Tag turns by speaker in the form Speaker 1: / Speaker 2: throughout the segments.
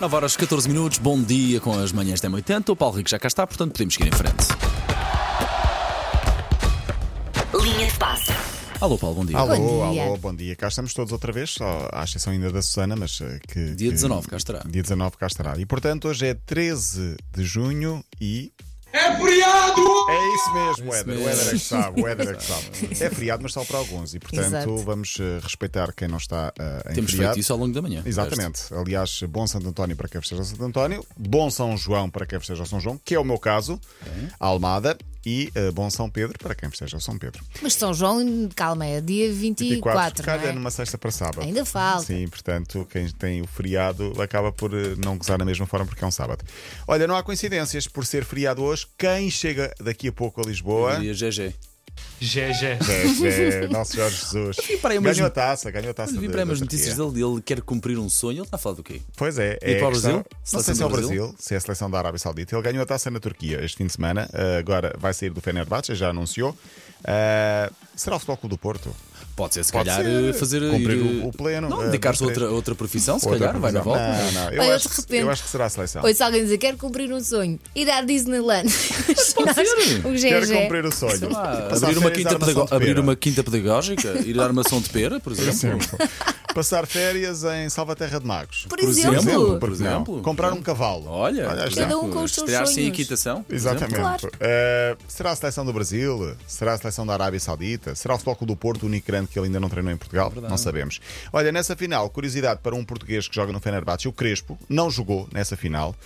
Speaker 1: 9 horas 14 minutos, bom dia com as manhãs da 80. O Paulo Rico já cá está, portanto podemos seguir em frente.
Speaker 2: Linha de passe.
Speaker 1: Alô, Paulo, bom dia.
Speaker 3: Alô,
Speaker 4: Bom dia.
Speaker 3: alô, bom dia. Cá estamos todos outra vez, só à exceção ainda da Susana, mas eh, que.
Speaker 1: Dia
Speaker 3: que-
Speaker 1: 19, cá estará.
Speaker 3: Dia 19 cá estará. E portanto, hoje é 13 de junho e. É feriado! É isso mesmo, o
Speaker 1: isso
Speaker 3: Éder.
Speaker 1: mesmo.
Speaker 3: O Éder é que sabe, o Éder é que sabe. É feriado, mas só para alguns. E portanto,
Speaker 4: Exato.
Speaker 3: vamos eh, respeitar quem não está eh, em
Speaker 1: Temos
Speaker 3: feriado.
Speaker 1: feito isso ao longo da manhã.
Speaker 3: Exatamente. Aliás, bom Santo António para quem festeja Santo António, bom São João para quem festeja São João, que é o meu caso, a Almada, e eh, bom São Pedro para quem festeja São Pedro.
Speaker 4: Mas São João, calma, é dia 24,
Speaker 3: calha
Speaker 4: não é?
Speaker 3: numa sexta para sábado.
Speaker 4: Ainda falta.
Speaker 3: Sim, portanto, quem tem o feriado acaba por eh, não gozar da mesma forma porque é um sábado. Olha, não há coincidências por ser feriado hoje. Quem chega daqui a pouco a Lisboa?
Speaker 1: Dia GG.
Speaker 5: GG.
Speaker 3: É, é, nosso Jorge Jesus.
Speaker 1: para aí umas-
Speaker 3: Ganhou a taça, ganhou a taça.
Speaker 1: Vi
Speaker 3: de-
Speaker 1: para aí umas
Speaker 3: da Turquia.
Speaker 1: notícias dele, ele quer cumprir um sonho. Ele está a falar do quê?
Speaker 3: Pois é.
Speaker 1: E
Speaker 3: é
Speaker 1: para o
Speaker 3: a questão-
Speaker 1: Brasil?
Speaker 3: Não sei se é
Speaker 1: Seleção
Speaker 3: o
Speaker 1: do Brasil?
Speaker 3: Brasil, se é a seleção da Arábia Saudita. Ele ganhou a taça na Turquia este fim de semana. Ah, agora vai sair do Fenerbahçe, já anunciou. Ah, será o Futebol Clube do Porto?
Speaker 1: Pode ser, se
Speaker 3: Pode
Speaker 1: calhar,
Speaker 3: ser.
Speaker 1: eh, fazer.
Speaker 3: Cumprir
Speaker 1: ir, eh,
Speaker 3: o- o pleno,
Speaker 1: Não,
Speaker 3: eh,
Speaker 1: dedicar-se a
Speaker 3: cumprir.
Speaker 1: outra, outra profissão, se
Speaker 3: Outra
Speaker 1: calhar, vai na
Speaker 3: previsão.
Speaker 1: volta.
Speaker 3: Não, não. Eu,
Speaker 4: Olha,
Speaker 3: acho,
Speaker 4: de repente-
Speaker 3: eu acho que será a seleção.
Speaker 4: Hoje se alguém dizer, quero cumprir um sonho, ir à Disneyland.
Speaker 1: Pode ser.
Speaker 4: o GG.
Speaker 3: Quero cumprir o sonho.
Speaker 1: Sei lá,
Speaker 3: É. Passar
Speaker 1: abrir, é uma
Speaker 3: férias
Speaker 1: quinta
Speaker 3: à armação
Speaker 1: pedago-
Speaker 3: de
Speaker 1: abrir
Speaker 3: pera.
Speaker 1: uma quinta pedagógica, ir à armação de pera, por exemplo.
Speaker 3: Passar férias em Salvaterra de Magos.
Speaker 4: Por
Speaker 1: Por
Speaker 4: exemplo.
Speaker 1: exemplo.
Speaker 3: Por
Speaker 1: Por exemplo.
Speaker 3: exemplo. Comprar um cavalo.
Speaker 1: Olha,
Speaker 3: aí está.
Speaker 4: Cada um com os seus
Speaker 1: Estrear-se em
Speaker 4: sonhos.
Speaker 1: equitação. por exemplo.
Speaker 3: Exatamente.
Speaker 4: Claro.
Speaker 3: Eh, será a seleção do Brasil? Será a seleção da Arábia Saudita? Será o Futebol Clube do Porto, o único grande que ele ainda não treinou em Portugal? Não sabemos. Olha, nessa final, curiosidade para um português que joga no Fenerbahçe, o Crespo, não jogou nessa final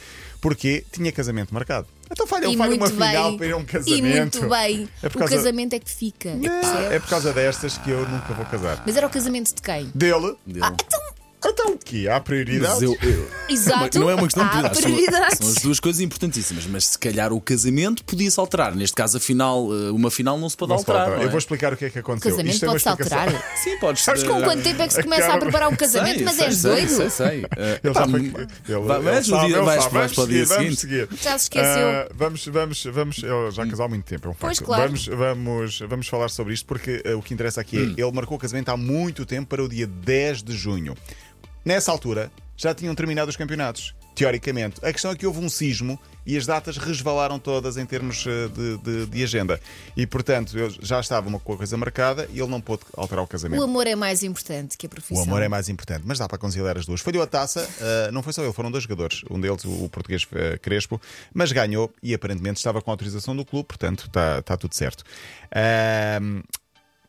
Speaker 3: porque tinha casamento marcado. Então falha,
Speaker 4: E
Speaker 3: falha
Speaker 4: muito
Speaker 3: uma final
Speaker 4: bem.
Speaker 3: para ir a um
Speaker 4: E
Speaker 3: casamento.
Speaker 4: muito bem.
Speaker 3: É por
Speaker 4: O
Speaker 3: causa-
Speaker 4: casamento é que fica.
Speaker 3: É, é por causa destas que eu nunca vou casar.
Speaker 4: Mas era o casamento de quem?
Speaker 3: Dele.
Speaker 4: Ah, então,
Speaker 3: Então o quê? Há
Speaker 1: Mas
Speaker 3: prioridade?
Speaker 1: eu- eu-
Speaker 4: exato.
Speaker 1: Não é uma questão de
Speaker 4: Há
Speaker 1: prioridades. são-
Speaker 4: prioridades.
Speaker 1: São as duas coisas importantíssimas, mas se calhar o casamento podia-se alterar. Neste caso, a final, eh, uma final não se pode
Speaker 3: Não se pode
Speaker 1: alterar.
Speaker 3: alterar.
Speaker 1: não é?
Speaker 3: Eu vou explicar o que é que
Speaker 4: O
Speaker 3: aconteceu.
Speaker 4: casamento
Speaker 3: Isto é uma
Speaker 4: pode-se
Speaker 3: explicação.
Speaker 4: alterar.
Speaker 1: Sim, podes. eh,
Speaker 3: Sabes
Speaker 4: Com quanto tempo é que se começa a preparar um
Speaker 1: Sei,
Speaker 4: casamento? Mas
Speaker 1: sei,
Speaker 4: és
Speaker 1: sei,
Speaker 4: doido?
Speaker 1: Sei, sei. Eh,
Speaker 3: Ele
Speaker 1: pá,
Speaker 3: já foi.
Speaker 1: m-
Speaker 3: Ele,
Speaker 1: vai-
Speaker 3: ele
Speaker 1: vais no
Speaker 3: sabe,
Speaker 1: dia-
Speaker 3: ele
Speaker 1: vais-
Speaker 3: sabe.
Speaker 1: vais para o dia
Speaker 3: vamos
Speaker 1: seguinte.
Speaker 3: seguir.
Speaker 4: Já se esqueceu. Hum.
Speaker 3: Ah, vamos, vamos, vamos. Eu já casou há muito tempo, é um facto.
Speaker 4: Pois, claro.
Speaker 3: Vamos, vamos, vamos falar sobre isto porque ah, o que interessa aqui é
Speaker 1: Hum.
Speaker 3: ele marcou o casamento há muito tempo para o dia 10 de junho. Nessa altura já tinham terminado os campeonatos. Teoricamente, a questão é que houve um sismo e as datas resvalaram todas em termos ah, de, de- de agenda. E portanto, eu já estava uma coisa marcada e ele não pôde alterar o casamento.
Speaker 4: O amor é mais importante que a profissão.
Speaker 3: O amor é mais importante, mas dá para conciliar as duas. Falhou a taça, ah, não foi só ele, foram dois jogadores, um deles o, o português ah, Crespo, mas ganhou e aparentemente estava com autorização do clube, portanto está está tudo certo. Ahm,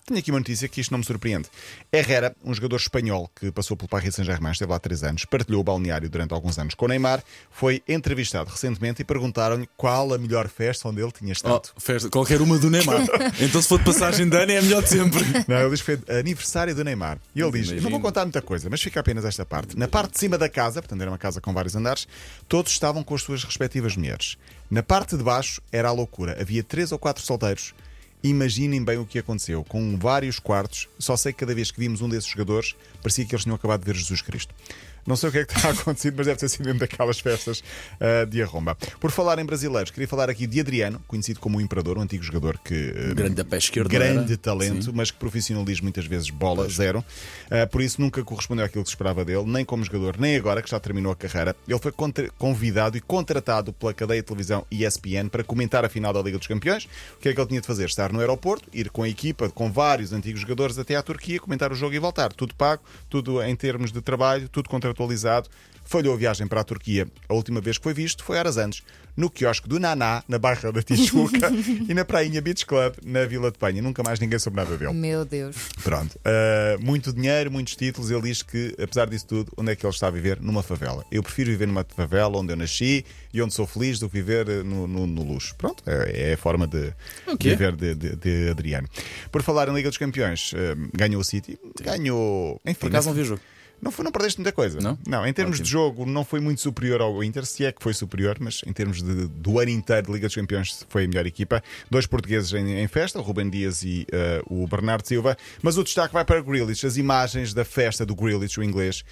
Speaker 3: tenho aqui uma notícia que isto não me surpreende. Herrera, um jogador espanhol que passou pelo Paris Saint-Germain, esteve lá há três anos, partilhou o balneário durante alguns anos com Neymar, foi entrevistado recentemente e perguntaram-lhe qual a melhor festa onde ele tinha
Speaker 1: Oh,
Speaker 3: estado.
Speaker 1: festa, qualquer uma do Neymar. então, se for de passagem de ano, é a melhor de sempre.
Speaker 3: Não, ele diz que foi aniversário do Neymar. E ele diz:
Speaker 1: Imagino.
Speaker 3: Não vou contar muita coisa, mas fica apenas esta parte. Na parte de cima da casa, portanto era uma casa com vários andares, todos estavam com as suas respectivas mulheres. Na parte de baixo era a loucura. Havia três ou quatro solteiros. Imaginem bem o que aconteceu, com vários quartos. Só sei que cada vez que vimos um desses jogadores, parecia que eles tinham acabado de ver Jesus Cristo. Não sei o que é que está acontecido, mas deve ter sido mesmo daquelas festas ah, de arromba. Por falar em brasileiros, queria falar aqui de Adriano, conhecido como o Imperador, um antigo jogador que ah,
Speaker 1: Grande da pé esquerda.
Speaker 3: grande
Speaker 1: era?
Speaker 3: talento, mas que profissionalismo muitas vezes bola zero. Ah, por isso nunca correspondeu àquilo que se esperava dele, nem como jogador, nem agora que já terminou a carreira. Ele foi contra- convidado e contratado pela cadeia de televisão ESPN para comentar a final da Liga dos Campeões. O que é que ele tinha de fazer? Estar no aeroporto, ir com a equipa, com vários antigos jogadores até à Turquia, comentar o jogo e voltar. Tudo pago, tudo em termos de trabalho, tudo contratualizado. Falhou a viagem para a Turquia. A última vez que foi visto foi horas antes, no quiosque do Naná, na Barra da Tijuca e na Prainha Beach Club, na Vila de Penha. Nunca mais ninguém soube nada dele.
Speaker 4: Meu Deus.
Speaker 3: Pronto. Uh, muito dinheiro, muitos títulos. Ele diz que, apesar disso tudo, onde é que ele está a viver? Numa favela. Eu prefiro viver numa favela onde eu nasci e onde sou feliz do que viver eh, no, no- no luxo. Pronto, é, é a forma de
Speaker 1: Ok.
Speaker 3: viver de, de- de Adriano. Por falar em Liga dos Campeões, eh, ganhou o City, ganhou. Enfim,
Speaker 1: Por acaso não vi o jogo.
Speaker 3: não, foi, não perdeste muita coisa.
Speaker 1: Não?
Speaker 3: em termos de jogo, não foi muito superior ao Inter, se é que foi superior, mas em termos de, do ano inteiro de Liga dos Campeões, foi a melhor equipa. Dois portugueses em, em festa, o Rubem Dias e eh, o Bernardo Silva. Mas o destaque vai para o Grealish, as imagens da festa do Grealish, o inglês.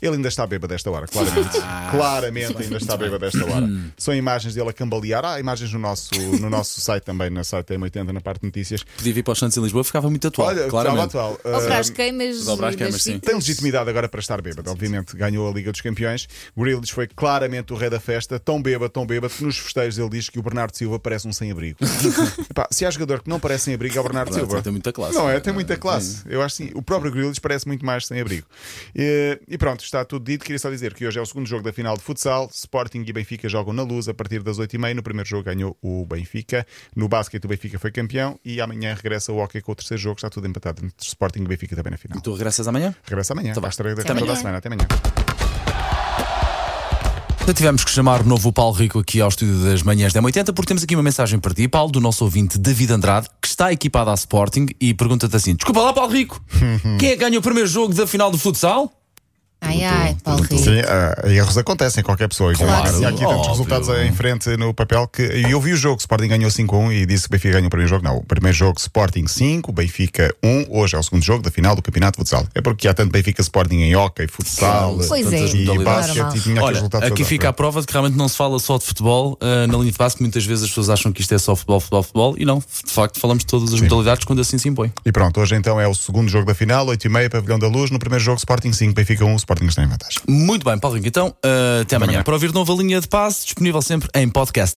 Speaker 3: Ele ainda está bêbado desta hora, claramente.
Speaker 1: Ah,
Speaker 3: claramente ainda está bêbado desta hora.
Speaker 1: Hum.
Speaker 3: São imagens dele a cambalear. Há imagens no nosso, no nosso site também, no site M80, na parte de notícias.
Speaker 1: Podia vir para os Santos em Lisboa, ficava muito atual.
Speaker 3: Olha, estava
Speaker 1: claramente.
Speaker 3: atual.
Speaker 4: Ou para
Speaker 3: Ah,
Speaker 4: as queimas.
Speaker 1: Ou para as
Speaker 4: e
Speaker 1: queimas,
Speaker 4: das
Speaker 1: sim.
Speaker 4: fitas.
Speaker 3: tem legitimidade agora para estar bêbado, obviamente. Ganhou a Liga dos Campeões. Grealish foi claramente o rei da festa, tão bêbado, tão bêbado, que nos festejos ele diz que o Bernardo Silva parece um sem-abrigo. Epá, se há jogador que não parece sem-abrigo, é o Bernardo
Speaker 1: Bernardo
Speaker 3: Silva.
Speaker 1: tem muita classe.
Speaker 3: Não é? Tem muita classe. Eu acho sim. O próprio Grealish parece muito mais sem-abrigo. E, e pronto, está tudo dito. Queria só dizer que hoje é o segundo jogo da final de futsal. Sporting e Benfica jogam na luz a partir das 8h30. No primeiro jogo ganhou o Benfica. No basquete, o Benfica foi campeão. E amanhã regressa o hockey com o terceiro jogo. Está tudo empatado entre Sporting e Benfica também na final.
Speaker 1: Tu regressas amanhã?
Speaker 3: Regressa amanhã.
Speaker 1: Tá bem.
Speaker 3: às três da
Speaker 4: Até
Speaker 3: toda a
Speaker 4: amanhã.
Speaker 3: semana. Até amanhã.
Speaker 1: Então tivemos que chamar de novo o Paulo Rico aqui ao estúdio das manhãs da 80 porque temos aqui uma mensagem para ti, Paulo, do nosso ouvinte David Andrade, que está equipado à Sporting e pergunta-te assim: Desculpa lá, Paulo Rico, quem é que ganha o primeiro jogo da final do futsal?
Speaker 4: Ai, ai, Paulo Rico.
Speaker 3: Sim, ah, erros acontecem a qualquer pessoa.
Speaker 1: Claro,
Speaker 3: E aqui temos
Speaker 1: óbvio.
Speaker 3: resultados em frente no papel. que e Eu vi o jogo, Sporting ganhou 5-1 e disse que o Benfica ganhou o primeiro jogo. Não, o primeiro jogo Sporting 5, Benfica 1. Hoje é o segundo jogo da final do Campeonato de Futsal. É porque há tanto Benfica Sporting em hockey, futsal,
Speaker 4: Pois é.
Speaker 3: tantas e
Speaker 1: Normal.
Speaker 3: basquete e tinha aqui os
Speaker 1: Olha,
Speaker 3: resultados
Speaker 1: aqui
Speaker 3: todos à
Speaker 1: fica a
Speaker 3: frente.
Speaker 1: prova de que realmente não se fala só de futebol ah, na linha de passe, que muitas vezes as pessoas acham que isto é só futebol, futebol, futebol, e não, de facto, falamos de todas as modalidades quando assim se impõe.
Speaker 3: E pronto, hoje então é o segundo jogo da final, 8h30, Pavilhão da Luz. No primeiro jogo Sporting 5, Benfica 1. Sporting está em vantagem.
Speaker 1: Muito bem, Paulo Rico, então ah, até amanhã.
Speaker 3: amanhã.
Speaker 1: Para ouvir nova linha de passe, disponível sempre em podcast.